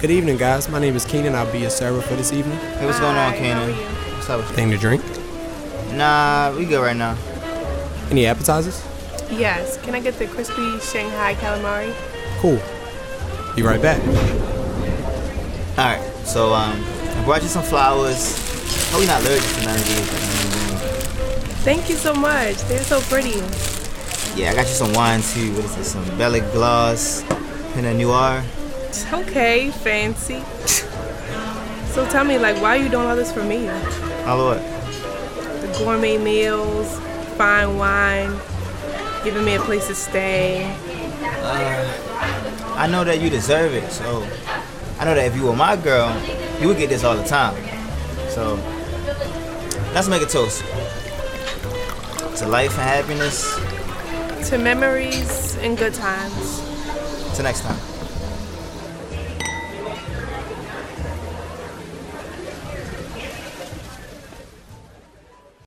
Good evening, guys. My name is Keenan. I'll be your server for this evening. Hey, what's going on, Hi, how Kenan? are you? What's up with Thing to drink? you? Nah, we good right now. Any appetizers? Yes. Can I get the crispy Shanghai calamari? Cool. Be right back. Alright, so um, I brought you some flowers. Hope you're not allergic to none of these. Thank you so much. They're so pretty. Yeah, I got you some wine too. What is this? Some Bellic Gloss, Pinot Noir. Okay, fancy. so tell me, like, why are you doing all this for me? My lord. The gourmet meals, fine wine, giving me a place to stay. I know that you deserve it, so I know that if you were my girl, you would get this all the time. So let's make a toast. To life and happiness. To memories and good times. Till next time.